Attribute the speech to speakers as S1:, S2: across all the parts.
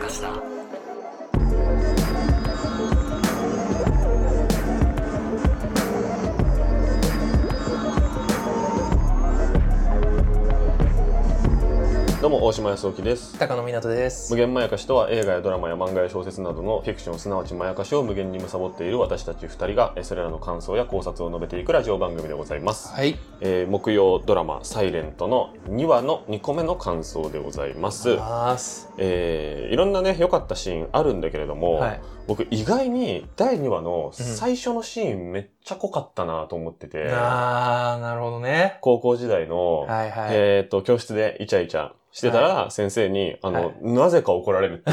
S1: かした
S2: どうも大島康之です
S3: 高野湊です
S2: 無。限まやかしとは映画やドラマや漫画や小説などのフィクションすなわちまやかしを無限に貪っている私たち2人がえそれらの感想や考察を述べていくラジオ番組でございます、
S3: はい。
S2: えー木曜ドラマ「サイレントの2話の2個目の感想でございます
S3: ます。
S2: えーいろんなね良かったシーンあるんだけれども、
S3: はい。
S2: 僕意外に第2話の
S3: うん
S2: 最初のシーンめっちゃ濃かったなと思ってて、
S3: あー、なるほどね。
S2: 高校時代の、
S3: はいはい。
S2: えっ、と、教室でイチャイチャしてたら、先生に、あの、
S3: はい
S2: なぜか怒られるって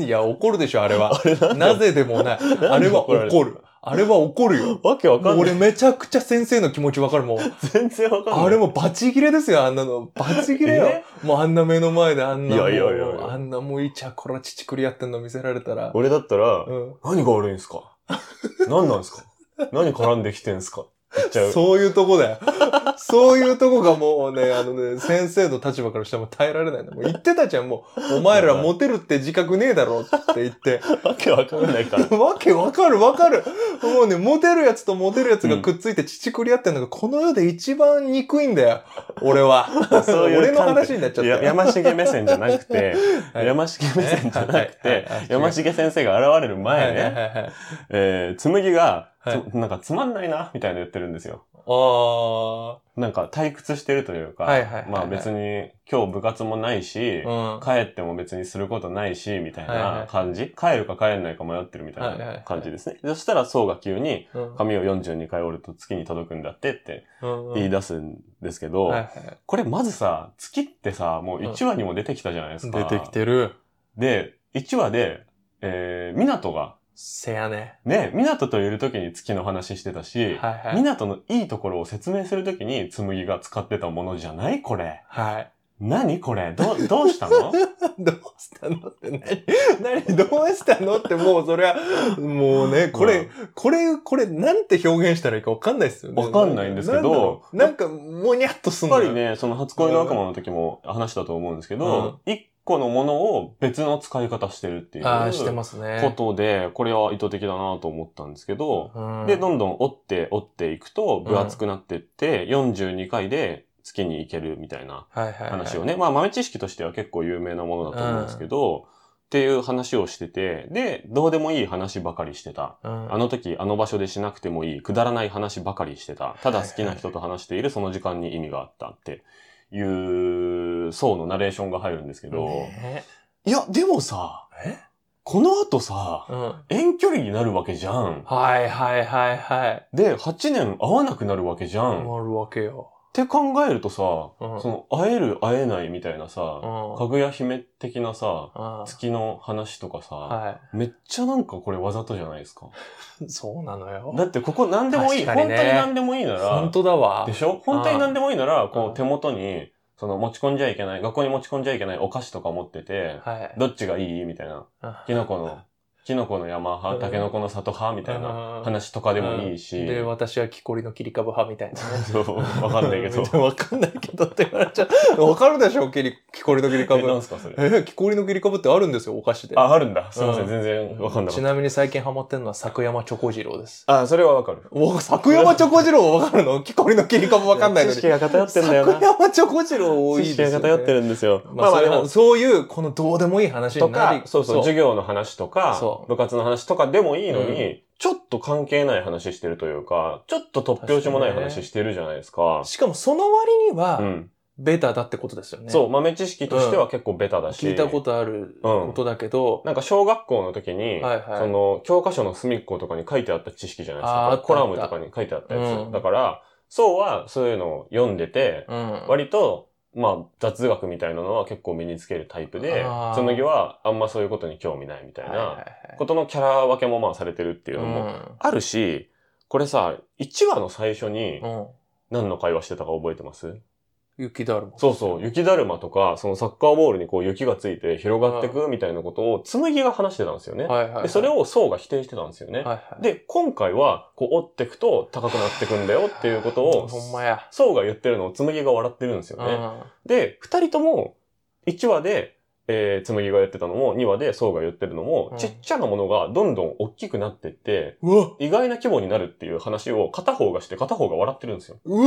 S2: いう。
S3: いや、怒るでしょ、あ れは。なぜでもない。あれは
S2: 怒られる
S3: 怒る。あれは怒るよ。
S2: わけわかんない。
S3: 俺めちゃくちゃ先生の気持ちわかるもん。
S2: 全然わかんない。
S3: あれもうバチ切れですよ、あんなの。バチ切れよ。もうあんな目の前であんなもう
S2: いやいやいやいや
S3: あんなもうイチャコラチチクリやってんの見せられたら。
S2: 俺だったら、
S3: うん。
S2: 何が悪いんすか何なんす か何絡んできてんすか言っちゃう。
S3: そういうとこだよ。 そういうとこがもうね、あのね、先生の立場からしたらもう耐えられないんだ。もう言ってたじゃん、もう。お前らモテるって自覚ねえだろって言って。
S2: わけわかんないから。
S3: わけわかるわかる。もうね、モテるやつとモテるやつがくっついて乳くり合ってんのがこの世で一番憎いんだよ。俺は。
S2: そういう
S3: 俺の
S2: 観点
S3: 話になっちゃった
S2: や
S3: よ。
S2: 山重目線じゃなくて、
S3: はい
S2: 山重目線じゃなく
S3: はい
S2: て
S3: はいはい、
S2: 山重先生が現れる前
S3: はいは
S2: ね、
S3: いはいはい。
S2: えー、紬が、
S3: はい
S2: つなんかつまんないな、みたいなの言ってるんですよ。
S3: ああ。
S2: なんか退屈してるというか、
S3: はいはいはいはい
S2: まあ別に今日部活もないし、
S3: うん。
S2: 帰っても別にすることないし、みたいな感じ、帰るか帰んないか迷ってるみたい
S3: はいはいは
S2: ない感じですね。そしたら、宋が急に、
S3: うん
S2: 髪を42回折ると月に届くんだってって
S3: うん
S2: 言い出すんですけど、
S3: はいはい
S2: これまずさ、月ってさ、もう1話にも出てきたじゃないですか。
S3: 出てきてる。
S2: で、1話で、えー、港が、
S3: せやね。
S2: ね、港といる時に月の話してたし、
S3: はいはい。
S2: 港のいいところを説明するときに、紬が使ってたものじゃないこれ。
S3: はい。
S2: 何これどう、どうした の
S3: どうしたのって何何どうしたのってもうそりゃ、もうね、これ、これ、これ、なんて表現したらいいかわかんないですよね。
S2: わかんないんですけど
S3: なだろうなんか、もにゃっとす
S2: や
S3: ん
S2: っ
S3: の
S2: ぱ
S3: よ
S2: り。ね、その初恋の悪魔の時も話したと思うんですけど、一、個のものを別の使い方してるっていう
S3: ああ、して
S2: こ
S3: ますね。
S2: とで、これは意図的だなと思ったんですけど、
S3: うん
S2: で、どんどん折って折っていくと分厚くなってって、42回で月に行けるみたいな
S3: はいはいはい
S2: 話をね、まあ豆知識としては結構有名なものだと思うんですけど、っていう話をしてて、で、どうでもいい話ばかりしてた。
S3: うん
S2: あの時、あの場所でしなくてもいい、くだらない話ばかりしてた。ただ好きな人と話している、その時間に意味があったっていう、そうのナレーションが入るんですけど、
S3: ね
S2: いや、でもさ、
S3: え
S2: この後さ、
S3: うん
S2: 遠距離になるわけじゃん。
S3: はいはいはいはい。
S2: で、8年会わなくなるわけじゃん。っ
S3: 困るわけよ。
S2: て考えるとさ、
S3: うん
S2: その、会える会えないみたいな
S3: う
S2: さ、
S3: ん。
S2: かぐや姫的なさ、
S3: うん
S2: 月の話とかさ、
S3: は
S2: めっちゃなんかこれわざとじゃないですか。
S3: い。そうなの
S2: だ
S3: よ。
S2: ってここ何でもいい、
S3: 確
S2: 本
S3: か
S2: 当
S3: に
S2: に
S3: ね
S2: 何でもいいなら、
S3: 本当だわ
S2: で。しょ本当に何でもいいなら、こ
S3: う
S2: うん手元に、その持ち込んじゃいけない、学校に持ち込んじゃいけないお菓子とか持ってて、
S3: はい。
S2: どっちがいいみたいな。キノコの、キノコの山
S3: う
S2: 派、
S3: ん
S2: タケノコの里派みたいな
S3: うん
S2: 話とかでもいいし。
S3: で、私は木こりの切り株派みたいなね。
S2: そう、わかんないけど。
S3: わかんないけどって言われちゃう。わかるでしょ、キリ木こりの切り
S2: え、なん
S3: 株。
S2: すかそれ。
S3: え、木こりの切り株ってあるんですよ、お菓子で。
S2: あ、あるんだ。すいませ、
S3: うんん
S2: 全然わかんなか
S3: ち
S2: っ
S3: なみに最近ハマってるのは作山チョコ次郎です。
S2: た。あ、それはわかる。
S3: お、作山チョコ次郎わかるの木こりの切り株わかんないのに。
S2: 知識
S3: 作
S2: が偏ってんだよな。
S3: 山チョコ次郎多い
S2: 知
S3: で
S2: 識
S3: すよ、ね。
S2: が偏ってるんですよ。
S3: まあ、それも、そういう、このどうでもいい話
S2: と
S3: にな
S2: か
S3: り、、
S2: そうそう、授業の話とか
S3: そ、う
S2: 部活の話とかでもいいのに、
S3: う
S2: ちょっと関係ない話してるというか、ちょっと突拍子もない
S3: 確かに
S2: 話
S3: ね
S2: してるじゃないですか。
S3: しかもその割に
S2: う
S3: は、
S2: ん。
S3: ベタだってことですよね。
S2: そう、豆知識としては結構ベタだし。
S3: 聞いたことあることだけど、
S2: なんか小学校の時に、
S3: はいはい
S2: その、教科書の隅っことかに書いてあった知識じゃないです
S3: あーあ
S2: か
S3: っ。た
S2: コラムとかに書いてあったやつ。
S3: うん
S2: だから、そうはそういうのを読んでて、
S3: うん。
S2: 割と、まあ、雑学みたいなのは結構身につけるタイプで
S3: あ、ー
S2: 紬はあんまそういうことに興味ないみたい
S3: はいはい
S2: な
S3: は
S2: ことのキャラ分けもまあされてるってい
S3: い。
S2: うのもあるし、これさ、1話の最初に
S3: うん。うん。
S2: 何の会話してたか覚えてます
S3: 雪だるま。
S2: そうそう、雪だるまとか、そのサッカーボールにこう雪がついて広がってくみたいなことを紬が話してたんですよね。
S3: はいはいはい、
S2: で、それを宋が否定してたんですよね。
S3: はいはい、
S2: で、今回はこう折ってくと高くなってくんだよっていうことを、
S3: ほんまや。
S2: 宋が言ってるのを紬が笑ってるんですよね。
S3: う
S2: で、二人とも1話で、えー、紬がやってたのも、2話でそうが言ってるのも、
S3: うん
S2: ちっちゃなものがどんどん大きくなってって、
S3: うわ
S2: 意外な規模になるっていう話を片方がして片方が笑ってるんですよ。
S3: う
S2: こ
S3: わ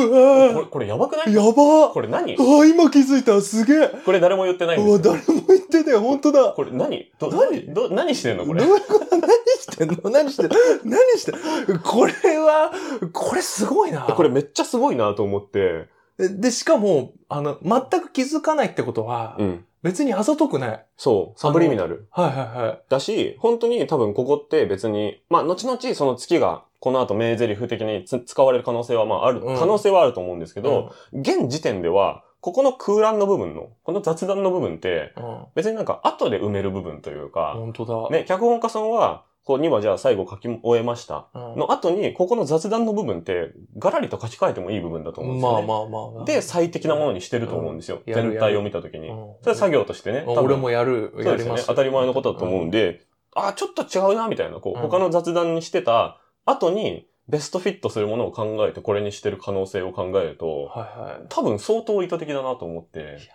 S2: れ、これやばくない
S3: やば
S2: これ何
S3: あー今気づいたすげえ
S2: これ誰も言ってないん
S3: う
S2: で
S3: わ
S2: すよ。
S3: 誰も言ってねえ本当だ
S2: これ何ど、
S3: 何
S2: 何ど何してんのこれ
S3: ど。ういうこと何してんの何してんの何してんのこれは、これすごいな。
S2: これめっちゃすごいなと思って。
S3: で、しかも、あの、全く気づかないってことは、
S2: うん。
S3: 別にあざとくない。
S2: そう。サブリミナル。
S3: はいはいはい。
S2: だし、本当に多分ここって別に、まあ、後々その月が、この後名台詞的につ使われる可能性は、まあ、ある、
S3: うん
S2: 可能性はあると思うんですけど、現時点では、ここの空欄の部分の、この雑談の部分って、
S3: うん、うん
S2: 別になんか後で埋める部分というか、
S3: 本当だ。
S2: ね、脚本家さんは、こう2話じゃあ最後書き終えました。
S3: うん
S2: の後に、ここの雑談の部分って、ガラリと書き換えてもいい部分だと思うんですよ、
S3: まあ
S2: ね。
S3: まあまあ。
S2: で、最適なものにしてると思うんですよ。
S3: うんやる
S2: 全体を見たときに。
S3: うん
S2: それは作業としてね。多分
S3: 俺もやる、
S2: そ
S3: や
S2: うで
S3: り
S2: すよ
S3: ま
S2: ね
S3: す。。
S2: 当たり前のことだと思うん
S3: で。
S2: で、あ、ちょっと違うな、みたいな、こう、
S3: うん
S2: 他の雑談にしてた後に、ベストフィットするものを考えて、これにしてる可能性を考えると、
S3: はいはい。
S2: 多分相当意図的だなと思って
S3: い、や、確かにね。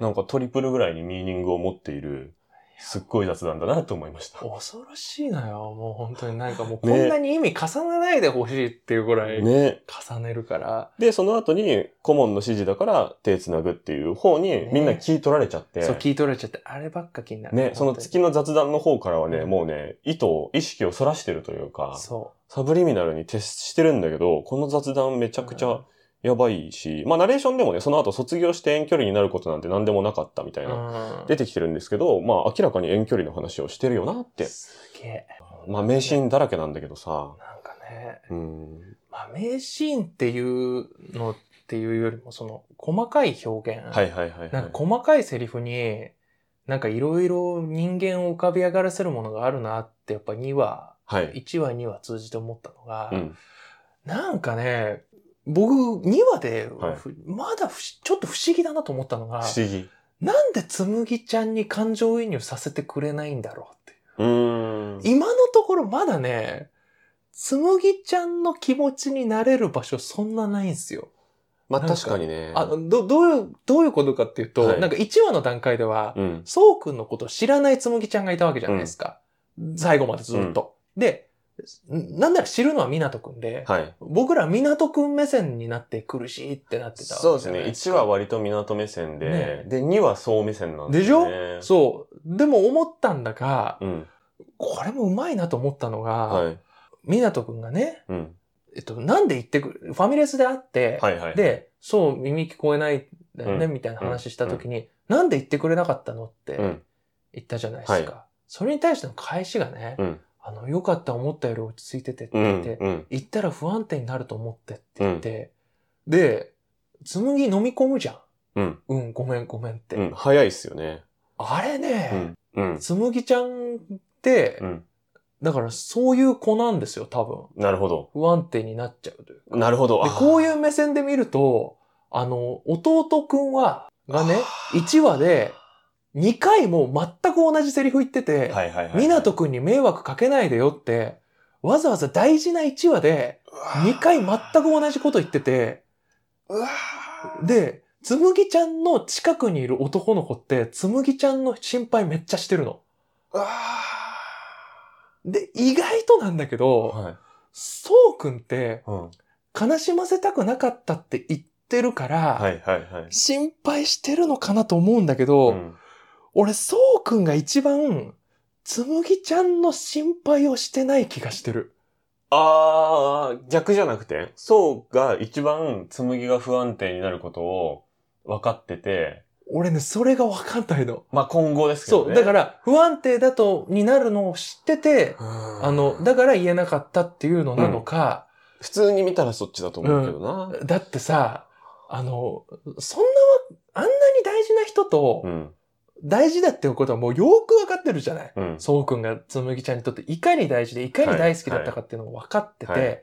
S2: なんかトリプルぐらいにミーニングを持っている、すっごい雑談だなと思いました。
S3: 恐ろしいなよ。もう本当になんかもうこ
S2: ね
S3: んなに意味重ねないでほしいっていうぐらい
S2: ね。
S3: 重ねるから。
S2: で、その後に、顧問の指示だから手繋ぐっていう方に
S3: ね、
S2: みんな聞い取られちゃって、
S3: そう聞い取られちゃって、あればっか気になる。
S2: ね、その
S3: 本当に
S2: 月の雑談の方からはね、
S3: うん
S2: もうね、意図を、意識をそらしてるというか、
S3: そ
S2: サブリミナルに徹してるんだけど、この雑談めちゃくちゃやばいし、まあナレーションでもね、その後卒業して遠距離になることなんて何でもなかったみた
S3: う。
S2: いうな、
S3: ん。
S2: 出てきてるんですけど、まあ明らかに遠距離の話をしてるよなって。
S3: すげえ。
S2: まあ名シーンだらけなんだけどさ、
S3: なんかね、
S2: うん、
S3: まあ、名シーンっていうのっていうよりも、その、細かい表現。
S2: はいはいはい、
S3: な
S2: は
S3: ん
S2: い
S3: か。細かいセリフに、なんかいろいろ人間を浮かび上がらせるものがあるなって、やっぱ2話、
S2: はい。
S3: 1話2話通じて思ったのが、
S2: うん。
S3: なんかね、僕2話で、
S2: はい
S3: ふまだふしちょっと不思議だなと思ったのが
S2: 不、思議。
S3: なんでつむぎちゃんに感情移入させてくれないんだろうって。
S2: うーん。
S3: 今のところまだね、つむぎちゃんの気持ちになれる場所そんなないんすよ。
S2: まあ
S3: なんか
S2: 確かにね。
S3: あの、ど、どういう、どういうことかっていうと、
S2: はい
S3: なんか1話の段階では、
S2: うん。
S3: そうくんのことを知らないつむぎちゃんがいたわけじゃないですか。最後までずっと。で、んなんなら知るのは港くんで、
S2: はい。
S3: 僕ら港くん目線になって苦しいってなってた
S2: そう
S3: わ
S2: です
S3: けじゃない
S2: ね。
S3: です
S2: 1
S3: か。
S2: は割と港目線で、
S3: ね
S2: で、2は総目線なんですね。ょ
S3: そう。でも思ったんだが、
S2: うん。
S3: これもうまいなと思ったのが、
S2: はい。
S3: 港くんがね、
S2: うん。
S3: えっと、なんで言ってくる、ファミレスで会って、
S2: はいはい。、
S3: で、そう、耳聞こえないんだよね、
S2: う
S3: みたいな話した時に、なんで言ってくれなかったのって
S2: うん。
S3: 言ったじゃないですか。
S2: は
S3: それに対しての返しがね、
S2: うん。
S3: あの、よかった、思ったより落ち着いててって
S2: う
S3: 言
S2: ん
S3: って、。
S2: うん。
S3: 言ったら不安定になると思ってって言って、で、紬飲み込むじゃん。
S2: うん。
S3: うん、ごめん、ごめんって。
S2: うん。早いっすよね。
S3: あれね、
S2: うん。
S3: 紬ちゃんって、
S2: うん。
S3: だからそういう子なんですよ、多分。
S2: なるほど。
S3: 不安定になっちゃうというか
S2: なるほど。
S3: で
S2: あ、ー
S3: こういう目線で見ると、あの、弟くんは、がね、
S2: あー
S3: 1話で、2回も全く同じセリフ言ってて、
S2: はいはいはい。
S3: 湊くんに迷惑かけないでよって、わざわざ大事な1話で、2回全く同じこと言ってて、
S2: うわー
S3: で、つむぎちゃんの近くにいる男の子って、つむぎちゃんの心配めっちゃしてるの。
S2: うわ
S3: で、意外となんだけ
S2: ー
S3: ど、
S2: はい。
S3: そうくんって、
S2: うん。は
S3: 悲しませたくなかったって言ってるから、
S2: いはいはい。
S3: 心配してるのかなと思うんだけど、
S2: うん
S3: 俺、そうくんが一番、つむぎちゃんの心配をしてない気がしてる。
S2: あー、逆じゃなくて、そうが一番紬が不安定になることを分かってて、
S3: 俺ね、それがわかんないの。
S2: まあ今後ですけ
S3: そ
S2: ど
S3: う、
S2: ね。
S3: だから、不安定だと、になるのを知ってて、
S2: ら
S3: あの、だから言えなかったっていうのなのか、
S2: 普通に見たらそっちだと思うけどな。
S3: だってさ、あの、そんなわ、あんなに大事な人
S2: う
S3: と、
S2: ん。
S3: 大事だっていうことはもうよくわかってるじゃない。
S2: うん。
S3: そうくんがつむぎちゃんにとっていかに大事でいかに大好きだったかっていうのが分かってて、
S2: はいはい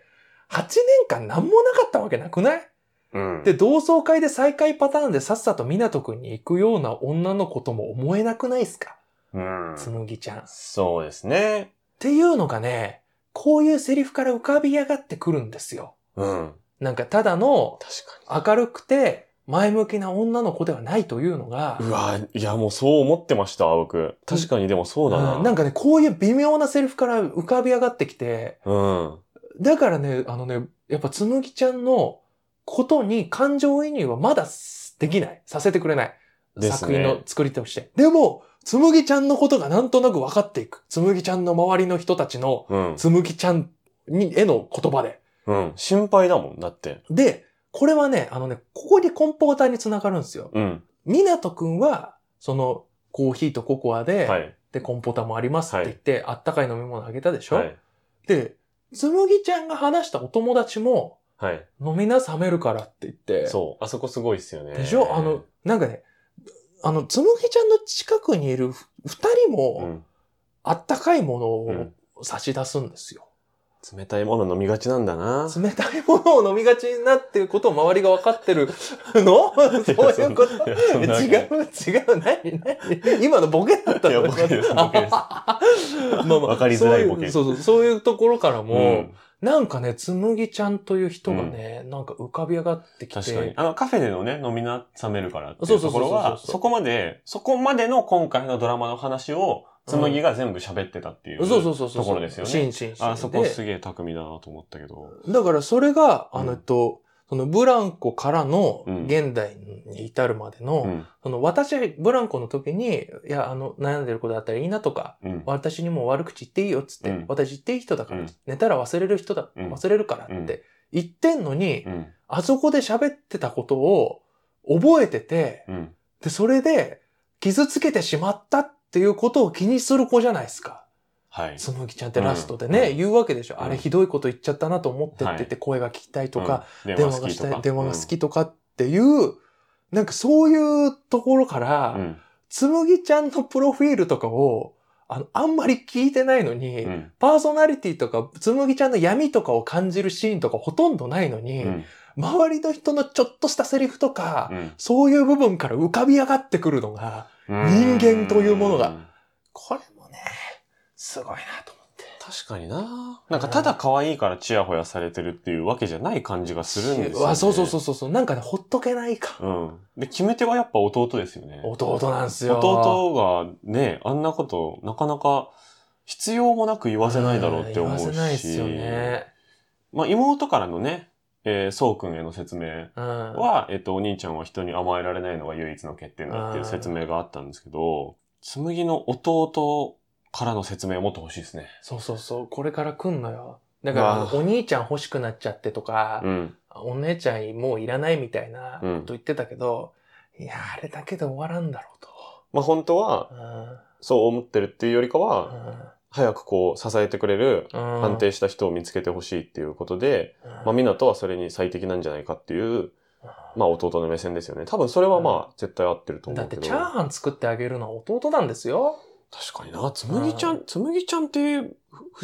S3: 8年間何もなかったわけなくない
S2: うん。
S3: で、同窓会で再会パターンでさっさと港くんに行くような女の子とも思えなくないですか
S2: うん。
S3: つむぎちゃん。っ
S2: そうですね。
S3: ていうのがね、こういうセリフから浮かび上がってくるんですよ。
S2: うん。
S3: なんかただの
S2: 確かに。
S3: 明るくて前向きな女の子ではないというのが、
S2: うわ、いや、もうそう思ってました、僕。確かにでもそうだな。
S3: うんなんかね、こういう微妙なセリフから浮かび上がってきて、
S2: うん。
S3: だからね、あのね、やっぱつむぎちゃんのことに感情移入はまだできない。させてくれない。
S2: ですね
S3: 作品の作り手として。でも、つむぎちゃんのことがなんとなく分かっていく。つむぎちゃんの周りの人たちの、
S2: うん。
S3: つむぎちゃんに、への言葉で。
S2: うん。心配だもん、だって。
S3: で、これはね、あのね、ここにコンポーターにつながるんですよ。
S2: うん。
S3: みなとくんは、その、コーヒーとココアで、
S2: はい。
S3: で、コンポーターもありますって言って、あったかい飲み物あげたでしょ、
S2: はい。
S3: で、つむぎちゃんが話したお友達も、
S2: はい。
S3: 飲みな冷めるからって言って。
S2: そう。あそこすごいっすよね。
S3: でしょあの、、なんかね、あの、つむぎちゃんの近くにいるふ二人
S2: う
S3: も、
S2: ん。
S3: あったかいもの
S2: う
S3: を
S2: ん
S3: 差し出すんですよ。
S2: 冷たいもの飲みがちなんだな。
S3: 冷たいものを飲みがちになっていうことを周りが分かってるの そういうこと
S2: いやそんなわけ
S3: 違う、違う、何何今のボケだった
S2: いや
S3: の
S2: ボケ ですボケです
S3: まあまあ
S2: わかりづらいボケ
S3: そういうそうそう、そういうところから
S2: う
S3: も、
S2: ん。
S3: なんかね、つむぎちゃんという人がね、なんか浮かび上がってきて。
S2: 確かに。あの、カフェでのね、飲みな、冷めるからって
S3: そ
S2: いうう
S3: そう
S2: と
S3: そ
S2: こ
S3: うそう
S2: ろは、
S3: そうそう
S2: そこまで、そこまでの今回のドラマの話を、つむぎが全部喋ってたっていう。
S3: そうそうそうそう。
S2: ところですよね
S3: シーンシーンシーンで
S2: あ、そこすげえ巧みだなと思ったけど。
S3: だからそれが、
S2: うん
S3: あの、えっと、そのブランコからの
S2: うん
S3: 現代に至るまでの、
S2: うん。
S3: その私、ブランコの時に、いや、あの、悩んでることだったらいいなとか、
S2: うん。
S3: 私にも悪口言っていいよっつって、
S2: うん
S3: 私言っていい人だから、
S2: うん
S3: 寝たら忘れる人だ、
S2: うん
S3: 忘れるからって言ってんのに、
S2: うん。
S3: あそこで喋ってたことを覚えてて、
S2: うん。
S3: で、それで、傷つけてしまったっていうことを気にする子じゃないですか。
S2: はい。
S3: つむぎちゃんってラストで
S2: うん
S3: ね、
S2: うん
S3: 言うわけでしょ。
S2: うん
S3: あれひどいこと言っちゃったなと思ってって言って声が聞きたいとか、
S2: うん、
S3: 電話がしたい、電話が好きとかっていう、なんかそういうところか
S2: うん。う
S3: ら、
S2: ん
S3: つむぎちゃんのプロフィールとかを、あの、あんまり聞いてないのに、
S2: うん。
S3: パーソナリティとか、つむぎちゃんの闇とかを感じるシーンとかほとんどないの
S2: う
S3: に、
S2: ん。
S3: 周りの人のちょっとしたセリフとか、
S2: うん
S3: そういう部分から浮かび上がってくるのが、人間というものが
S2: ん
S3: これもね、すごいなと思って。
S2: 確かにななんかただ可愛いからチヤホヤされてるっていうわけじゃない感じがするんですよ、ね。
S3: あそうそうそうそうそう。なんかね、ほっとけないか。
S2: うん。で、決め手はやっぱ弟ですよね。
S3: 弟なんですよ。
S2: 弟がね、あんなことなかなか必要もなく言わせないだろうって思うし。
S3: ん言わせないですよね。
S2: まあ妹からのね、えー、そうくんへの説明
S3: うん。
S2: は、えっと、お兄ちゃんは人に甘えられないのが唯一の欠点だっていう説明があったんですけど、紬の弟からの説明をもっと欲しいですね。
S3: そうそうそう。これから来んのよ。だから、
S2: わあ
S3: お兄ちゃん欲しくなっちゃってとか
S2: う、ん。
S3: お姉ちゃんもういらないみたいなこと言ってたけど、いや、あれだけで終わらんだろうと。
S2: まあ本当は、そう思ってるっていうよりかは、早くこう、支えてくれる、安
S3: 安
S2: 定した人を見つけてほしいっていうことで、まあ、湊はそれに最適なんじゃないかっていう、まあ、弟の目線ですよね。多分それはまあ、絶対合ってると思
S3: だ
S2: う
S3: っ
S2: け
S3: て
S2: ど。
S3: チャーハン作ってあげるのは弟なんですよ。
S2: 確かにな、つむぎちゃ、
S3: うん
S2: つむぎちゃんってふ不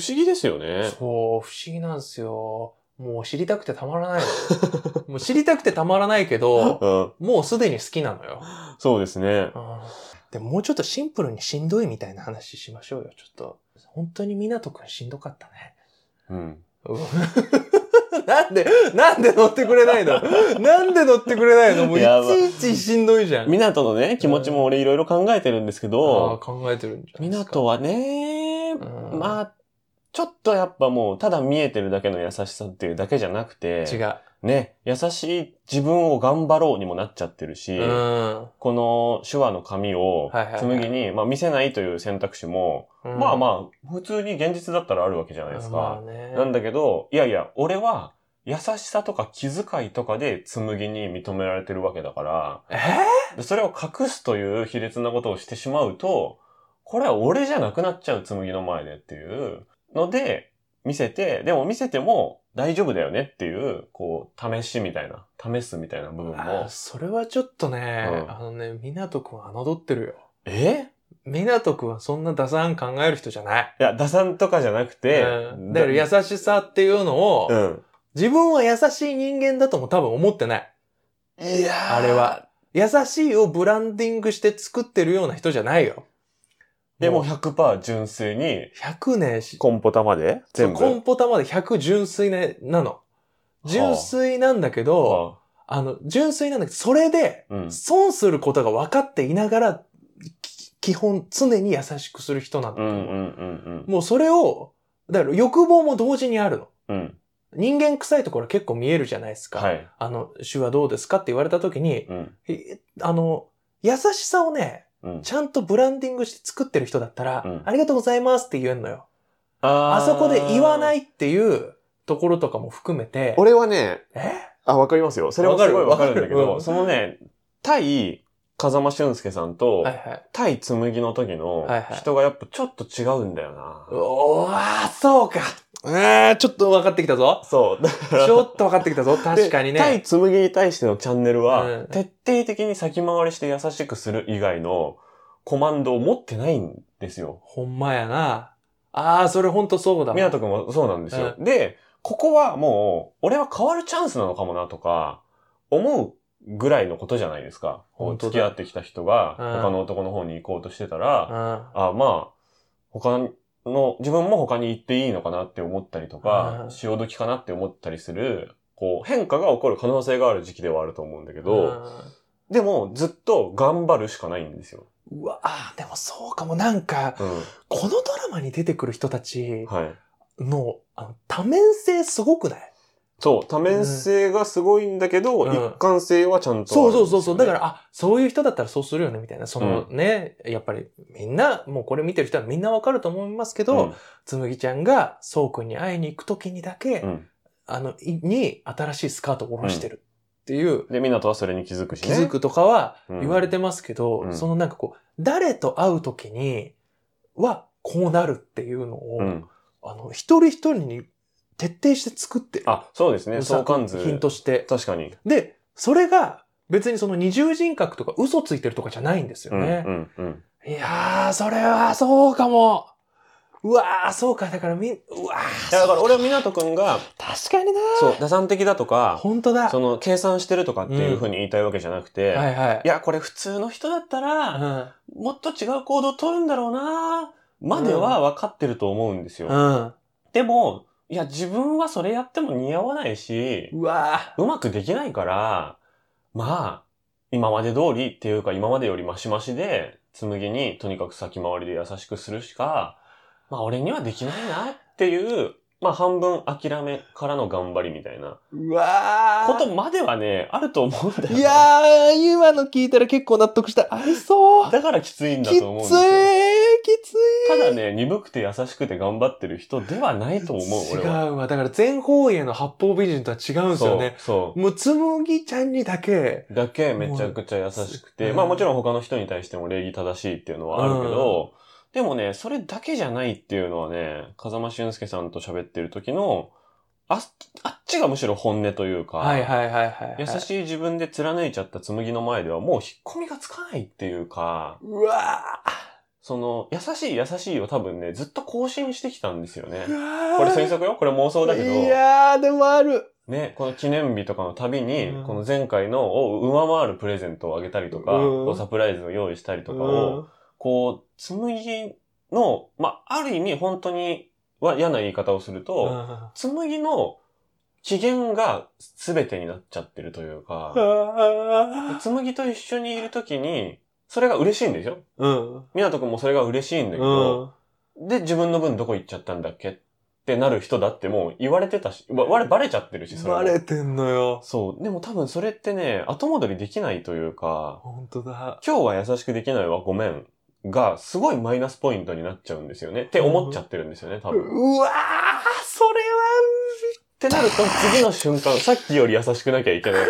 S2: 思議ですよね。
S3: そう、不思議なんですよ。もう知りたくてたまらないの。 もう知りたくてたまらないけど、
S2: うん、
S3: もうすでに好きなのよ。
S2: そうですね。
S3: うんでももうちょっとシンプルにしんどいみたいな話しましょうよ、ちょっと。本当に港くんしんどかったね。
S2: うん。
S3: うん なんで、なんで乗ってくれないのなんで乗ってくれないのもうい
S2: やば
S3: ちいちしんどいじゃん。
S2: 港のね、気持ちも俺いろいろ考えてるんですけ
S3: ああ
S2: ど、
S3: 考えてるんじゃないですか。
S2: 港はね、
S3: 港
S2: まあ、ちょっとやっぱもう、ただ見えてるだけの優しさっていうだけじゃなくて、
S3: 違う。
S2: ね、優しい自分を頑張ろうにもなっちゃってるし、
S3: うん
S2: この手話の紙を
S3: はいはいはい
S2: 紬に、まあ見せないという選択肢も、
S3: うん。
S2: まあまあ、普通に現実だったらあるわけじゃないです
S3: ま
S2: か
S3: あ。ね
S2: なんだけど、いやいや、俺は優しさとか気遣いとかで紬に認められてるわけだから、
S3: え
S2: でそれを隠すという卑劣なことをしてしまうと、これは俺じゃなくなっちゃう紬の前でっていうので、見せて、でも見せても大丈夫だよねっていう、こう、試しみたいな、試すみたいな部分
S3: あ
S2: も
S3: ー、それはちょっとね、
S2: うん
S3: あのね、港くんは侮ってるよ。
S2: え
S3: 港くんはそんな打算考える人じゃない。
S2: いや、打算とかじゃなくて、
S3: うんだから優しさっていうのを、
S2: うん。
S3: 自分は優しい人間だとも多分思ってない。
S2: いやー
S3: あれは。。優しいをブランディングして作ってるような人じゃないよ。
S2: でも
S3: う
S2: 100%純粋に、
S3: 100ね、し
S2: コンポ玉で全部。
S3: コンポタまで100純粋ね、なの。純粋なんだけど、
S2: あ
S3: あの、純粋なんだけど、それで、
S2: うん。
S3: 損することが分かっていながら、き基本常に優しくする人なん
S2: う
S3: だ、
S2: んうんうん
S3: もうそれを、だから欲望も同時にあるの。
S2: うん。うん。
S3: 人間臭いところ結構見えるじゃないですか。
S2: はい。
S3: あの、主はどうですかって言われた時に、
S2: うん。
S3: えあの、優しさをね、
S2: うん。
S3: ちゃんとブランディングして作ってる人だったら、
S2: うん
S3: ありがとうございますって言えんのよ。
S2: あ。
S3: あそこで言わないいっていうところとかも含めて、
S2: 俺はね、
S3: え
S2: あ、わかりますよ。それもすごいわ
S3: わ
S2: か
S3: か
S2: る
S3: る
S2: んだけど、
S3: わかるうん
S2: そのね、対風間俊介さんと、
S3: はいはい。
S2: 対紬の時の
S3: はいはい
S2: 人がやっぱちょっと違うんだよな。
S3: おー、そうか。えー、ちょっと分かってき たぞ。
S2: そう。だ
S3: ちょっと分かってきたぞ。確かに
S2: で対
S3: ね。
S2: 紬に対してのチャンネルは、
S3: うん
S2: 徹底的に先回りして優しくする以外のコマンドを持ってないんですよ。
S3: ほんまやな。あー、それほんとそうだわ。
S2: 湊くんもそうなんですよ。で、ここはもう、俺は変わるチャンスなのかもなとか、思うぐらいのことじゃないですか。こう
S3: 本当だ
S2: 付き合ってきた人が、
S3: うん
S2: 他の男の方に行こうとしてた
S3: う
S2: ら、
S3: ん。
S2: あ、まあ、他の、自分も他に行っていいのかなって思ったりとか
S3: う、ん
S2: 潮時かなって思ったりする、こう、変化が起こる可能性がある時期ではあると思うんだけど、でも、ずっと頑張るしかないんですよ。
S3: うんうわ、あー、でもそうかも。なんか、
S2: うん。
S3: このドラマに出てくる人たち
S2: はい。
S3: の、あの多面性すごくない
S2: そう、多面性がすごいんだけど、
S3: うん
S2: 一貫性はちゃんとあるん、
S3: そうそうそうそう。だからら、あ、そういう人だったらそうするよね、みたいな。そのね、やっぱりみんな、もうこれ見てる人はみんなわかると思いますけ
S2: う
S3: ど、つむぎちゃんがそうくんに会いに行くときにだけ、
S2: ん。うん
S3: あの、いに新しいスカートを下ろしてるっていう、
S2: で、湊はそれに気づくしね。
S3: 気づくとかは
S2: うん
S3: 言われてますけど、
S2: うん
S3: そのなんかこう、誰と会うときにはこうなるっていうのを、
S2: うん。
S3: あの、一人一人に徹底して作ってる。
S2: あ、そうですね。相関図。
S3: 作品として。
S2: 確かに。
S3: で、それが別にその二重人格とか嘘ついてるとかじゃないんですよ
S2: うん。う
S3: ね。
S2: ん。うん。
S3: いやー、それはそうかも。うわー、そうか。だからみん、うわー。
S2: いやだから、俺は湊くんが、
S3: 確かにな
S2: そう、打算的だとか、
S3: 本当だ。
S2: その、計算してるとかっていうふうに言いたいわけじゃなくて、
S3: はいはい
S2: い。や、これ普通の人だったら、もっと違う行動を取るんだろうなまでは分かってると思うんですよ。
S3: うん。うん。
S2: でも、いや、自分はそれやっても似合わないし、
S3: うわ
S2: うまくできないから、まあ、今まで通りっていうか、今までよりマシマシで、紬にとにかく先回りで優しくするしか、まあ、俺にはできないなっていう、まあ、半分諦めからの頑張りみたいな
S3: ー。うわ
S2: こ
S3: ー。
S2: とまではね、あると思うんだよ。
S3: いやー、今の聞いたら結構納得した。ありそう。
S2: だからきついん
S3: き
S2: だ
S3: つい
S2: と思うんですよ。
S3: きつい
S2: ただね、鈍くて優しくて頑張ってる人ではないと思う、
S3: 違
S2: 俺は。
S3: うわ。だから全方位への八方美人とは違うんですよね。
S2: そう。
S3: もう、つむぎちゃんにだけ、
S2: だけめちゃくちゃ優しくて、
S3: うん
S2: まあもちろん他の人に対しても礼儀正しいっていうのはあるけど、でもね、それだけじゃないっていうのはね、風間俊介さんと喋ってる時の、あ、あっちがむしろ本音というか、
S3: はいはいはいはい、はい。
S2: 優しい自分で貫いちゃった紬の前ではもう引っ込みがつかないっていうか、
S3: うわ
S2: その、優しい優しいを多分ね、ずっと更新してきたんですよね
S3: ー。うわー
S2: これ推測よこれ妄想だけど。
S3: いやー、でもある。
S2: ね、この記念日とかのたびに、
S3: うん
S2: この前回のを上回るプレゼントをあげたりとか、
S3: うん
S2: こうサプライズを用意したりとかを、こう、紬の、まあ、ある意味本当には嫌な言い方をする
S3: うん、
S2: と、
S3: あ
S2: 紬の機嫌が全てになっちゃってるというか、
S3: ー
S2: 紬と一緒にいるときに、それが嬉しいんですよ。
S3: うん。
S2: 湊くんもそれが嬉しいんだけど、で、自分の分どこ行っちゃったんだっけってなる人だってもう言われてたし、わ我バレちゃってるし、それも
S3: バレてんのよ。
S2: そう。でも多分それってね、後戻りできないというか、
S3: 本当だ。
S2: 今日は優しくできないわ、ごめん。が、すごいマイナスポイントになっちゃうんですよね。って思っちゃってるんですよね、多
S3: う
S2: 分。っ
S3: わー、それ
S2: てなると、次の瞬間、さっきより優しくなきゃいけない。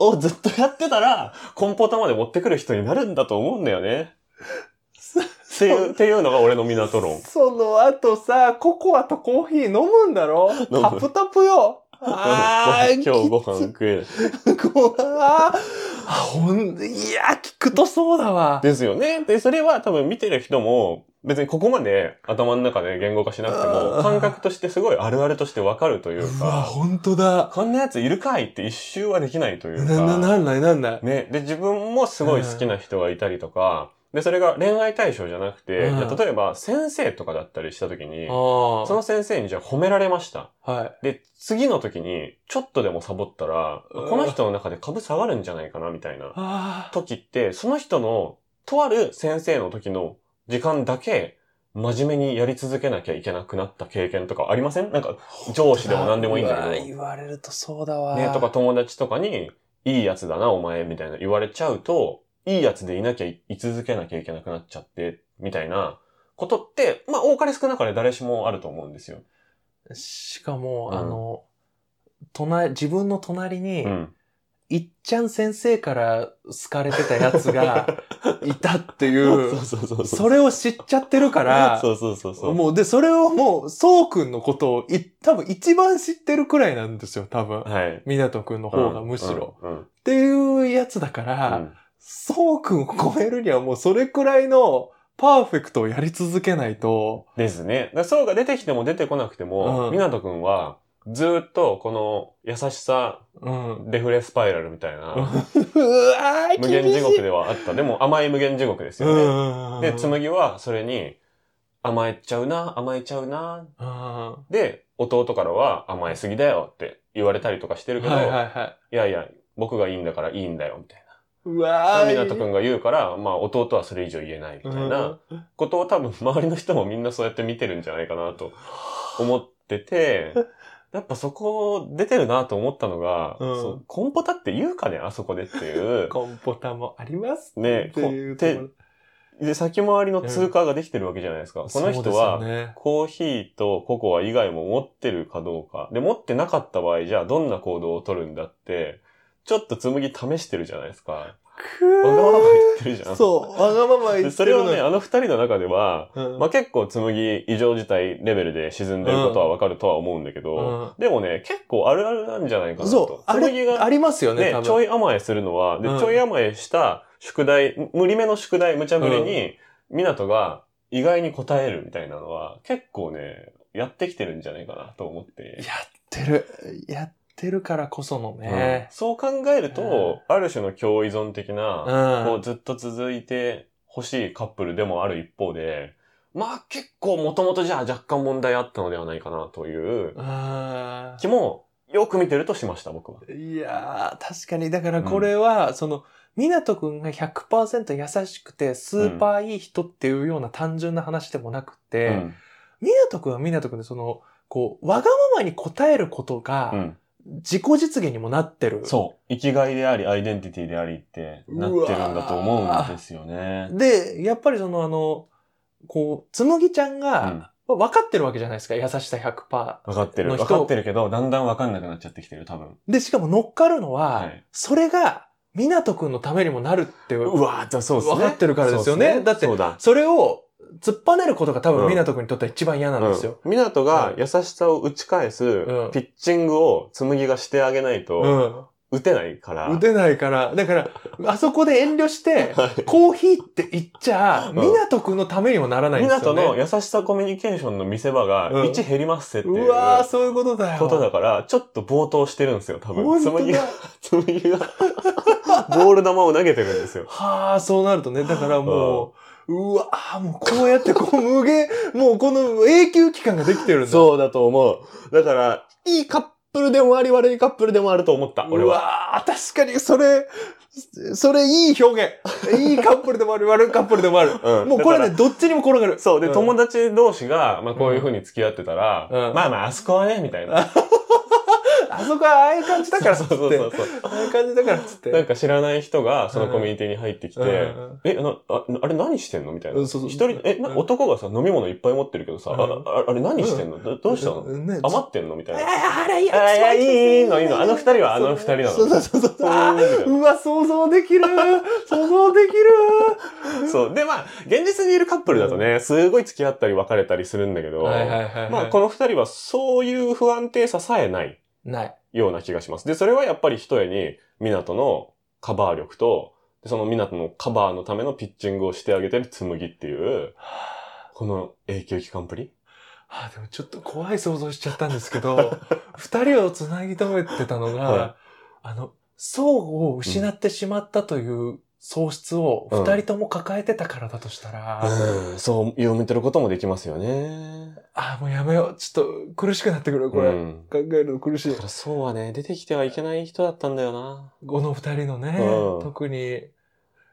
S2: をずっとやってたら、コンポータまで持ってくる人になるんだと思うんだよ ね。っていう、っていうのが俺の港論
S3: は、。その後さ、ココアとコーヒー飲むんだろ
S2: む
S3: タプタプよ。あー、
S2: 今日ご飯
S3: き
S2: 食えない。
S3: つごあーあほん、いや、聞くとそうだわ。
S2: ですよね。で、それは多分見てる人も、別にここまで頭の中で言語化しなくて
S3: あ
S2: も、
S3: ー
S2: 感覚としてすごいあるあるとしてわかるという
S3: うわ、
S2: か、
S3: ほんとだ。
S2: こんなやついるかいって一周はできないという
S3: な、な、な
S2: か、
S3: んないなんない。
S2: ね、で、自分もすごい好きな人がいたりとか、で、それが恋愛対象じゃなくて、
S3: うん
S2: じゃあ例えば先生とかだったりした時に、そ
S3: あ
S2: の先生にじゃあ褒められました。
S3: あ。はい。
S2: で、次の時に、ちょっとでもサボったら、
S3: うん
S2: この人の中で株下がるんじゃないかな、みたいな
S3: ああ。
S2: 時って、その人の、とある先生の時の時間だけ、真面目にやり続けなきゃいけなくなった経験とかありませんなんか、上司でも何でもいいんだ
S3: うわ
S2: けど。
S3: 言われるとそうだわ。
S2: ね、とか。友達とかに、いいやつだな、お前、みたいな言われちゃうと、いいやつでいなきゃい、い続けなきゃいけなくなっちゃって、みたいなことって、まあ、多かれ少なかれ誰しもあると思うんですよ。
S3: しか
S2: う
S3: も、
S2: ん
S3: あの、隣、自分の隣に、
S2: うん。
S3: いっちゃん先生から好かれてたや つがいたっていう、
S2: そうそう
S3: それを知っちゃってるから、
S2: そうそうそうそう。
S3: もう、で、それをもう、そうくんのことをい、多分一番知ってるくらいなんですよ、多分。
S2: はい。
S3: 港くんの方がむしろ。っ
S2: うん。うん
S3: ていうやつだか
S2: う
S3: ら、
S2: ん
S3: そうくんを超えるにはもうそれくらいのパーフェクトをやり続けないと、
S2: ですね。だからそうが出てきても出てこなくても、
S3: うん
S2: みなとくんは、ずーっと、この、優しさ、
S3: うん。
S2: デフレスパイラルみたいう
S3: わ
S2: な、
S3: ー
S2: 無限地獄
S3: 厳しい
S2: ではあった。でも、甘い無限地獄ですよね。
S3: うん。
S2: で、紬はそれに、甘えちゃうな、甘えちゃうな。
S3: うん。は
S2: で、弟からは甘えすぎだよって言われたりとかして
S3: い
S2: るけど、
S3: はい
S2: い
S3: は
S2: やいや、僕がいいんだからいいんだよ、みたい
S3: い。うわ
S2: な。
S3: ー。
S2: みなとくんが言うから、まあ弟はそれ以上言えないみたいなことを多分周りの人もみんなそうやって見てるんじゃないかなと思ってて、やっぱそこ出てるなと思ったのが、
S3: うん
S2: そうコンポタって言うかね、あそこでっていう。
S3: コンポタもあります。
S2: ね
S3: っていうところ
S2: で、先回りの通貨ができてるわけじゃないですか。この人は、
S3: そうですよね
S2: コーヒーとココア以外も持ってるかどうか。で、持ってなかった場合、じゃあどんな行動を取るんだって、ちょっと紬試してるじゃないですか。わ
S3: く
S2: がまま言ってるじゃ
S3: ー
S2: ん。
S3: そう、わがまま言
S2: で
S3: っ
S2: そ
S3: て
S2: れ
S3: る
S2: を
S3: の
S2: ね、
S3: よ。
S2: あの二人の中では、
S3: うん
S2: まあ、結構紬異常事態レベルで沈んでることはわかるとは思うんだけど、
S3: う
S2: でもね、結構あるあるなんじゃないかなと。
S3: そう、あ
S2: 紬
S3: れ、あ
S2: が
S3: りますよね、
S2: ね
S3: 多、
S2: ちょ
S3: 分。
S2: い甘えするのは、で、
S3: うん
S2: ちょい甘えした宿題、無理めの宿題、無茶ぶりに、港が意外に答えるみたいなのは、結構ね、やってきてるんじゃないかなと思って。
S3: やってる。やってるからこその
S2: うん
S3: ね。
S2: そう考えると、ある種の共依存的
S3: う
S2: な、
S3: ん。
S2: こうずっと続いて欲しいカップルでもある一方で、まあ結構もともとじゃあ若干問題あったのではないかなという
S3: あ
S2: 気も、よく見てるとしました、僕は。
S3: ーいやー、確かに。だからこれは、その、みなとくんが100%優しくて、スーパーいい人っていうような単純な話でもなく
S2: う
S3: て、
S2: ん。
S3: みなとくんはみなとくんで、その、こう、わがままに応えること
S2: う
S3: が、
S2: ん。
S3: 自己実現にもなってる。
S2: そう。生きがいであり、アイデンティティでありってなってるんだと思うんですよね。
S3: で、やっぱりそのあの、こう、つむぎちゃん
S2: うん
S3: が、まあ分かってるわけじゃないですか、優しさ100%。
S2: わかってる。
S3: の人
S2: わかってるけど、だんだんわかんなくなっちゃってきてる、多分。
S3: で、しかも乗っかるのは、
S2: はい
S3: それが、みなとくんのためにもなるっていう。
S2: わじゃそう
S3: っすねわかってるからですよねだって
S2: そうだ。
S3: それを、突っぱねることが多
S2: う
S3: 分
S2: ん
S3: みなとくんにとっては一番嫌なんですよ。
S2: うん。港が優しさを打ち返す
S3: うん
S2: ピッチングを紬がしてあげないと、
S3: う
S2: 打てないから。
S3: ん。打てないから。だから、あそこで遠慮して、
S2: はい
S3: コーヒーって言っちゃ、
S2: ん
S3: みなとくんのためにもならないんです
S2: 港
S3: よ
S2: の
S3: ね。
S2: 優しさコミュニケーションの見せ場が
S3: うん
S2: 1減りますせっていうう
S3: わー、そういうことだよ。
S2: ことだから、ちょっと暴投してるんですよ、多分。
S3: 本当
S2: 紬
S3: だ
S2: が、。紬が、 ボール球を投げてるんですよ。
S3: はあ、そうなるとね、だからもう、うわあ、もうこうやってこう無限、もうこの永久期間ができてるんだ。
S2: そうだと思う。だから、いいカップルでもあり、悪いカップルでもあると思った、俺
S3: う
S2: は。
S3: わあ、確かにそれ、それいい表 現。いいカップルでもある、悪いカップルでもある。
S2: うん
S3: もうこれ
S2: だ
S3: ね、どっちにも転がる。
S2: そう。で、
S3: うん
S2: 友達同士が、まあこういう風に付き合ってたら、
S3: うん
S2: まあまあ、あそこはね、みたいな。
S3: あそこはああいう感じだからっ つ
S2: そう
S3: って。
S2: そうそうそう。
S3: ああいう感じだからっつって。
S2: なんか知らない人が、そのコミュニティに入ってきて、
S3: うんうん
S2: え、な、ああれ何してんのみたいな。
S3: うんそうそう
S2: 一人、え、な
S3: うん
S2: 男がさ、飲み物いっぱい持ってるけどさ、
S3: うん
S2: あああれ何してんの、どどうしたの、
S3: うんね、
S2: 余ってんのみたい
S3: あ
S2: な。
S3: ああれいい
S2: ああいやいいいいのいいのあの二人はあの二人なの
S3: そうそうそうそう。あ
S2: そういう
S3: ー
S2: の
S3: うわ、想像できる。想像できる。
S2: そう。で、まあ、現実にいるカップルだとね、すごい付き合ったり別れたりするんだけど、
S3: いは
S2: まあ、この二人はそういう不安定ささえない
S3: ない。
S2: ような気がします。で、それはやっぱり一重に、港のカバー力と、でその港のカバーのためのピッチングをしてあげてる紬っていう、この永久期間ぶり
S3: あ、でもちょっと怖い想像しちゃったんですけ ど、二人を繋ぎ止めてたのが、
S2: はい
S3: あの、層を失ってしまったという、喪失を
S2: うん
S3: 二人とも抱えてたからだとしたら、
S2: うん、そう読み取ることもできますよね。
S3: ああ、もうやめよう。ちょっと苦しくなってくる、これ。
S2: うん
S3: 考えるの苦し
S2: だ
S3: い
S2: か。らそうはね、出てきてはいけない人だったんだよな。
S3: この二人のね、
S2: うん
S3: 特に。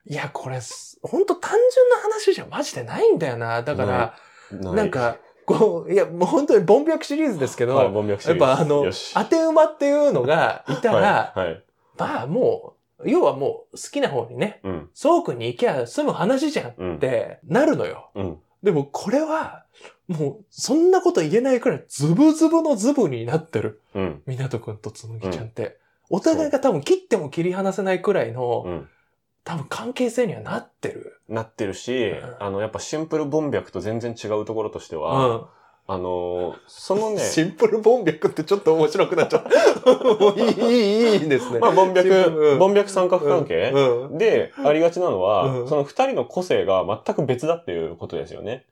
S3: いや、これ、すほんと単純な話じゃマジでないんだよな。だから、
S2: な
S3: なん、か、こう、いや、もう本当に、ボンビャクシリーズですけど、
S2: はい、文脈主
S3: やっ
S2: 義
S3: ぱあの
S2: よ、し
S3: 当て馬っていう のがいたら、
S2: はい、はい。
S3: まあもう、要はもう好きな方にね、
S2: うん、
S3: そうくんに行きゃ済む話じゃんっ
S2: うん。
S3: てなるのよ。
S2: うん。
S3: でもこれは、もうそんなこと言えないくらいズブズブのズブになってる。
S2: うん。
S3: 港くんとつむぎちゃんって。お互いが多分切っても切り離せないくらいの、
S2: うん。
S3: 多分関係性にはなってる。
S2: なってるし
S3: うん、
S2: あの、やっぱシンプル文脈と全然違うところとして
S3: う
S2: は、
S3: ん。
S2: あのー、そ のね、
S3: シンプルボンビャクってちょっと面白くなっちゃ った。もういい、いい、いいですね。
S2: まあ、文
S3: シンプルう
S2: 脈、
S3: ん
S2: 文脈三角関係
S3: うん。うん
S2: で、ありがちなの
S3: うん
S2: は、その二人の個性が全く別だっていうことですよね。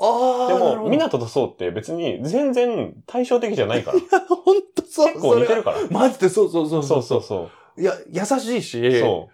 S3: ああ。
S2: で
S3: なるほ
S2: も、
S3: ど
S2: 港とそうって別に全然対照的じゃないから。 結
S3: ほんとそう。
S2: 構似て
S3: る。
S2: るから。
S3: マジでそうそうそう
S2: そうそうそ
S3: いや、優しいし、
S2: う。そう。
S3: うん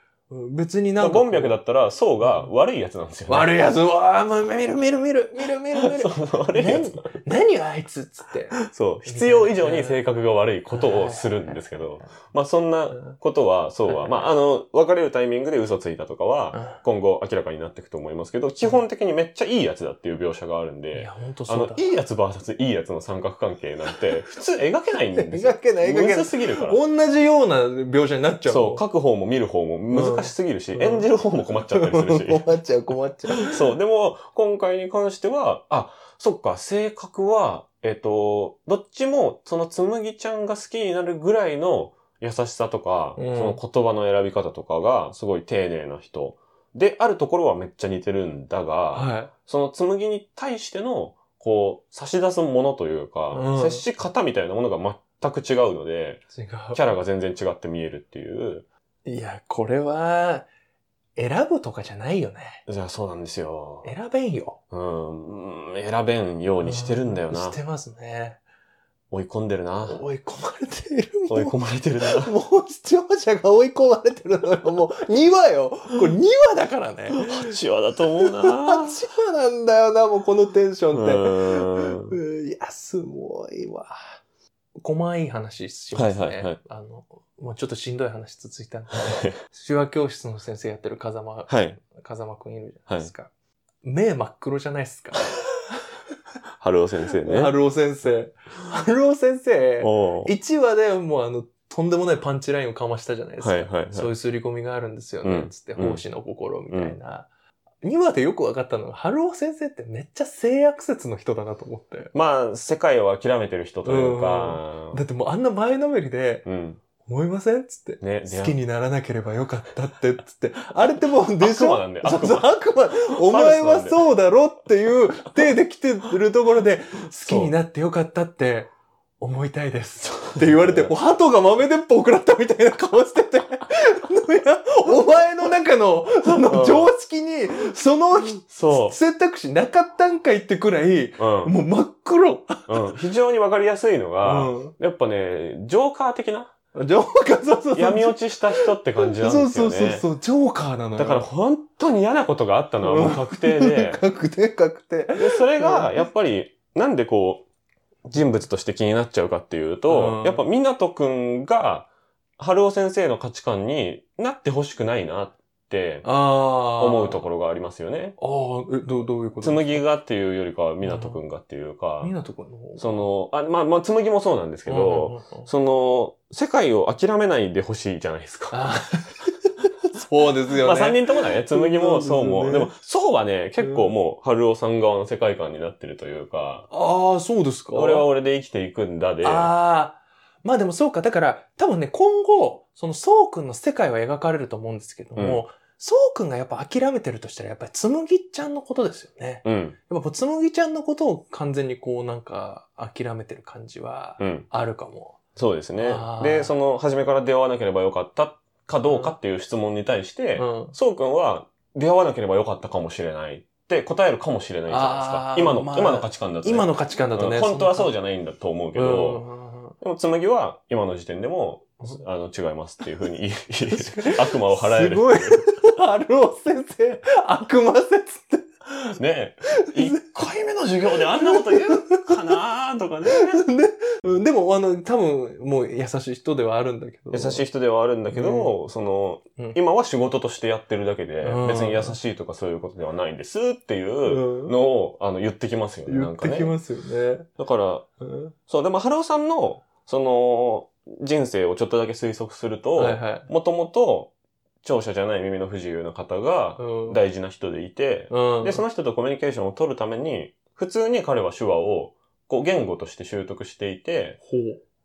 S3: 別に
S2: だ
S3: な
S2: か
S3: ん
S2: ら
S3: かこ
S2: 文
S3: う。
S2: 脈だったら、そうが悪いやつなんですよ、ね。
S3: 悪いやつ、うわあ、もう見る見る見る、見る見る見る
S2: そ。う、悪いや
S3: 何
S2: つ。、
S3: 何よあいつっつ って。
S2: そう。必要以上に性格が悪いことをするんですけど。まあ、そんな
S3: うん
S2: ことは、そうは。まあ、あの、別れるタイミングで嘘ついたとかは、今後明らかになっていくと思いますけど、基本的にめっちゃいいやつだっていう描写があるん
S3: うんい
S2: で
S3: や、、ほんと
S2: あ
S3: そう
S2: の
S3: だ、。
S2: いいやつ VS いいやつの三角関係なん て、普通描けないんですよ。
S3: 描けない、描けな
S2: む
S3: い
S2: ず。すぎるから。
S3: 同じような描写になっちゃう。
S2: そう、書く方も見る方も難しすぎるし、
S3: うん
S2: 演じる方も困っちゃったりす るし。
S3: 困っちゃう、困っちゃう。
S2: そう。でも、今回に関しては、あ、そっか、性格は、えっ、と、どっちも、そのつむぎちゃんが好きになるぐらいの優しさとか、
S3: うん
S2: その言葉の選び方とかが、すごい丁寧な人。で、あるところはめっちゃ似てるんだが、
S3: は
S2: そのつむぎに対しての、こう、差し出すものというか、
S3: うん
S2: 接し方みたいなものが全く違うので、
S3: い。違
S2: キャラが全然違って見えるっていう。
S3: う。いや、これは、選ぶとかじゃないよね。
S2: じゃあそうなんですよ。
S3: 選べんよ。
S2: うん、うん選べんようにしてるんだよな
S3: し。てますね。
S2: 追い込んでるな。
S3: 追い込まれているも
S2: 追
S3: ん
S2: い込まれてるな。
S3: もう視聴者が追い込まれてるのよ。もう2話よ。これ2話だか らね。
S2: 8話だと思う
S3: 8話なんだよな、もうこのテンションって。
S2: な。
S3: うんいや、すごいわ。細い話しますね。
S2: はいはいはい
S3: あの、もうちょっとしんどい話続いたんで。手話教室の先生やってる風間、
S2: はい。
S3: 風間くんいるじゃないですか。目真っ黒じゃないですか。
S2: 春尾先生ね。
S3: 春尾先生。春尾先生、
S2: おう
S3: 1話でもうあの、とんでもないパンチラインをかましたじゃないですか。
S2: はいはいはい。
S3: そういう刷り込みがあるんですよね、
S2: うん
S3: つって、奉仕の心みたいな。2話でよく分かったのが、春尾先生ってめっちゃ性悪説の人だなと思って。
S2: まあ、世界を諦めてる人というか。
S3: だってもうあんな前のめりで、
S2: うん。
S3: 思いませんつって。
S2: ね、
S3: 好きにならなければよかったって、つって。あれってもう、でし
S2: 悪魔
S3: ょ
S2: なんだよ
S3: そうそう、悪魔。お前はそうだろっていう手で来てるところで、好きになってよかったって思いたいです。って言われて、もう鳩が豆鉄砲食らったみたいな顔してて、いや お前の中の、その常識に、その
S2: そ
S3: 選択肢なかったんかいってくらい、
S2: う。うん
S3: もう真っ黒。
S2: うん。非常にわかりやすいのが、
S3: うん
S2: やっぱね、ジョーカー的な
S3: ジョーカー、そうそうそう。
S2: 闇落ちした人って感じなんですよね。
S3: そうそうそうそう、ジョーカーなのよ。
S2: だから本当に嫌なことがあったのはもう確定で、
S3: 確定確定。
S2: で、それ
S3: う
S2: が、
S3: ん
S2: やっぱり、なんでこう、人物として気になっちゃうかっていう
S3: う
S2: と
S3: ん、
S2: やっぱ、湊くんが、春尾先生の価値観になってほしくないなって
S3: ああ。
S2: 思うところがありますよね。
S3: ろ。ああ、え、どう、どういうこと
S2: 紬がっていうよりかは、湊くんがっていうか
S3: み、なとこの。
S2: その、あ、まあ、まあ、紬もそうなんですけど、
S3: うんうんうん、
S2: その、世界を諦めないでほしいじゃないですか。
S3: あー そうですよ
S2: まあ、
S3: ね。
S2: 三人ともだね。紬も、そう
S3: そ
S2: う
S3: ですよね
S2: も。でも、そうはね、結構もう、春尾さん側の世界観になってるというか、
S3: ああ、そうですか。
S2: 俺は俺で生きていくんだで、
S3: ああ。まあでもそうか。だから、多分ね、今後、その、そうくんの世界は描かれると思うんですけども、そうくんがやっぱ諦めてるとしたら、やっぱりつむぎちゃんのことですよね。
S2: うん。
S3: やっぱつむぎちゃんのことを完全にこう、なんか、諦めてる感じは
S2: うん。
S3: あるかも。
S2: そうですね
S3: あー。
S2: で、その、初めから出会わなければよかったかどうかっていう質問に対して、
S3: うん
S2: そうくんは、出会わなければよかったかもしれないって答えるかもしれないじゃないです
S3: あ
S2: か。
S3: ー
S2: 今の、
S3: まあ
S2: 今の価値観だと、ね。
S3: 今の価値観だとね。
S2: うん本当はそう
S3: じ
S2: じゃないんだと思う
S3: ゃ
S2: けど、
S3: ど。
S2: でも、紬は、今の時点でも
S3: う、
S2: あの、違いますっていうふうに言い、悪魔を払える。
S3: すごい春尾先生、悪魔説って。
S2: ねえ、1回目の授業であんなこと言うかなとかね。
S3: うんでも、あの、多分、もう優しい人ではあるんだけど。
S2: 優しい人ではあるんだけど、その、
S3: うん
S2: 今は仕事としてやってるだけで、
S3: うん
S2: 別に優しいとかそういうことではないんですっていう
S3: うん
S2: のを、あの、言ってきますよね、な
S3: 言っ
S2: んか
S3: て
S2: ね
S3: き。ますよね。
S2: だから、
S3: うん
S2: そう、でも、春尾さんの、その、人生をちょっとだけ推測する
S3: はい
S2: と、
S3: はい。
S2: もともと、聴者じゃない耳の不自由な方が
S3: うん
S2: 大事な人でいて、
S3: うん。
S2: で、その人とコミュニケーションを取るために、普通に彼は手話を、こう、言語として習得していて、
S3: ほ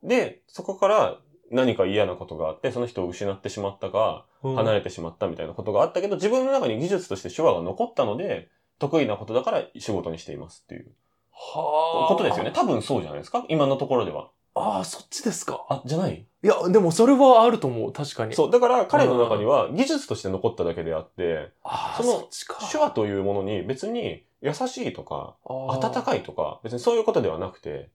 S2: で、そこから何か嫌なことがあって、その人を失ってしまったか、
S3: う。うん
S2: 離れてしまったみたいなことがあったけど、自分の中に技術として手話が残ったので、得意なことだから仕事にしていますっていう
S3: はあ。
S2: ことですよね。。多分そうじゃないですか今のところでは。
S3: ああ、そっちですか。
S2: あ、じゃない
S3: いや、でもそれはあると思う。確かに。
S2: そう。だから彼の中には技術として残っただけであって、
S3: あ
S2: そ
S3: あ、
S2: の
S3: そっちか。
S2: 手話というものに別に優しいとか、温
S3: い。
S2: かいとか、別にそういうことではなくて、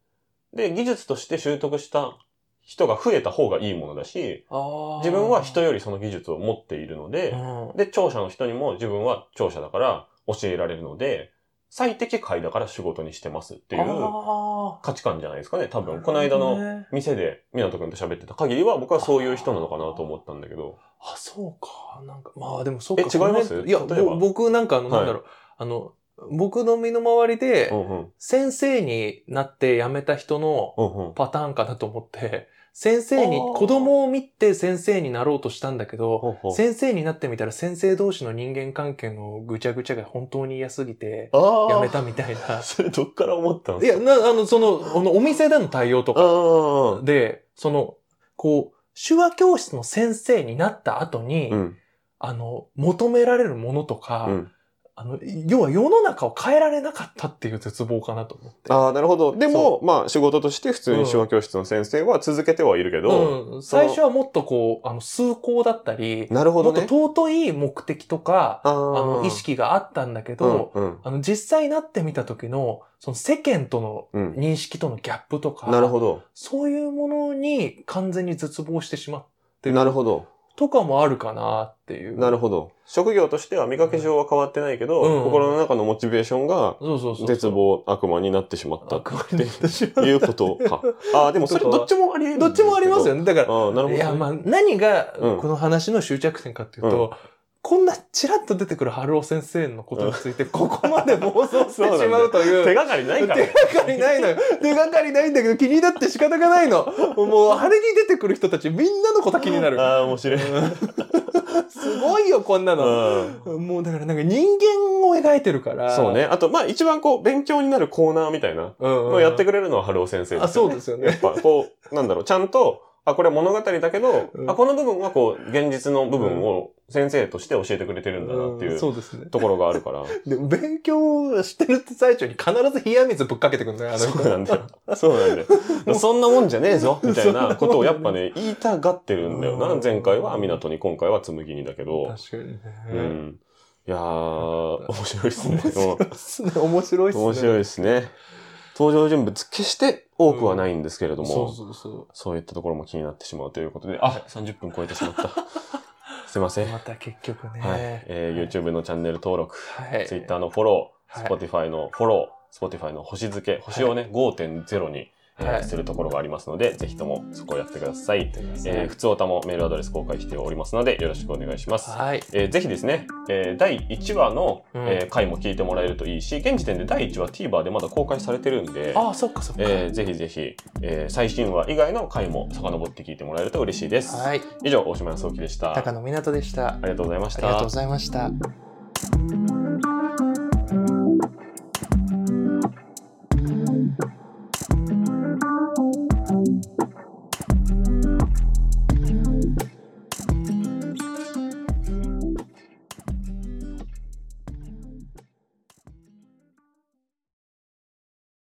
S2: で、技術として習得した人が増えた方がいいものだし、
S3: ああ。
S2: 自分は人よりその技術を持っているの
S3: う
S2: で、
S3: ん。
S2: で、聴者の人にも自分は聴者だから教えられるので、最適解だから仕事にしてますっていう
S3: あ
S2: 価値観じゃないですかね、多
S3: あ。
S2: 分。この間の
S3: なるほどね。
S2: 店で湊くんと喋ってた限りは僕はそういう人なのかなと思ったんだけど。
S3: あ、そうか。なんか、まあでもそうか。
S2: え違います
S3: このいや、
S2: 例えば
S3: ぼ僕なんかあの、
S2: はい
S3: なんだろう。あの、僕の身の回りで
S2: う、んうん。
S3: 先生になって辞めた人の
S2: うんうん。
S3: パターンかなと思って、先生に、
S2: あー
S3: 子供を見て先生になろうとしたんだけど、
S2: ほうほう
S3: 先生になってみたら先生同士の人間関係のぐちゃぐちゃが本当に嫌すぎて、
S2: ああ。
S3: やめたみたい な。
S2: それどっから思ったん
S3: い
S2: です
S3: や、な、あの、その、あのお店での対応と
S2: かあ
S3: か。
S2: あ。うん
S3: で、その、こう、手話教室の先生になった後に、
S2: うん。
S3: あの、求められるものとか、
S2: うん
S3: あの、要は世の中を変えられなかったっていう絶望かなと思って。
S2: ああ、なるほど。でも、まあ仕事として普通に手話教室の先生は続けてはいるけど、
S3: うん、最初はもっとこう、あの、崇高だったり、
S2: なるほど
S3: もっと
S2: ね。
S3: 尊い目的とか、
S2: あ
S3: あの、意識があったんだけど、
S2: うんうん
S3: あの、実際になってみた時の、その世間との
S2: うん。
S3: 認識とのギャップとか、
S2: なるほど。
S3: そういうものに完全に絶望してしまうで
S2: なるほど。
S3: とかもあるかなっていう。
S2: なるほど。職業としては見かけ上は変わってないけど、
S3: うん
S2: 心の中のモチベーションが
S3: そうそうそう。
S2: 絶望悪魔になってしまった
S3: 悪魔になってし
S2: と
S3: まう
S2: いうことか。 ああ、でもそれどっちもあり得るん
S3: どっちもあります
S2: よ。
S3: よね。だから、
S2: ああ、なるほどね。
S3: いや、まあ、何が
S2: うん
S3: この話の終着点かっていうと、こんなちらっと出てくる春尾先生のことについて、ここまで妄想してしまうという。
S2: 手がかりないから
S3: 手。がかりないのよ。手がかりないんだけど気になって仕方がないの。もう、あれに出てくる人たちみんなのこと気になる。
S2: ああ、面白い。
S3: すごいよ、こんなの。
S2: うん
S3: もうだからなんか人間を描いてるから。
S2: そう。ね。あと、まあ、一番こう、勉強になるコーナーみたいな
S3: うん、
S2: のをやってくれるのは春尾先生
S3: あ、そうですすよ
S2: よね。や
S3: ね。
S2: っぱ、こう、なんだろう、ちゃんと、あ、これは物語だけど、
S3: うん
S2: あ、この部分はこう、現実の部分を先生として教えてくれてるんだなってい
S3: ん
S2: う
S3: そうですね。
S2: ところがあるから。
S3: でも勉強してる最中に必ず冷や水ぶっかけてくるんだよ、あの人
S2: そうなんだよ。 そうなんだよ。そんなもんじゃねえ ぞみたいなことをやっぱね、言いたがってるんだよな
S3: う。ん
S2: 前回は港に、今回は紬にだけど。
S3: 確かにね。
S2: うん。いやー、面白いですね
S3: 面。白いっすね。面白いっすね。
S2: 面白いですね。登場人物、決して多くはないんですけれども、
S3: そう
S2: そう
S3: そうそ
S2: いったところも気になってしまうということで、あ、30分超えてしま った。すいませ
S3: う。
S2: ん。はい。
S3: また結局ね。
S2: えー YouTube のチャンネル登録、
S3: はい。
S2: Twitter のフォロー、
S3: はい
S2: Spotify のフォロー、Spotify の星付け、星をね、5.0に、えー
S3: はい
S2: するところがありますので、ぜひともそこをやってください。えー、
S3: え
S2: 普通おたもメールアドレス公開しておりますので、よろしくお願いします。
S3: はい。
S2: えーぜひですね、えー第1話の、
S3: うん
S2: えー回も聞いてもらえるといいし、現時点で第1話 TVer でまだ公開されてるんで、
S3: ああ、そっかそっか。
S2: えーぜひぜひ、えー最新話以外の回も遡って聞いてもらえると嬉しいです。
S3: はい。
S2: 以上、大島康之でした。あ
S3: 高野湊斗でした。あ
S2: りがとうございまし
S3: り
S2: た。
S3: がとうございました。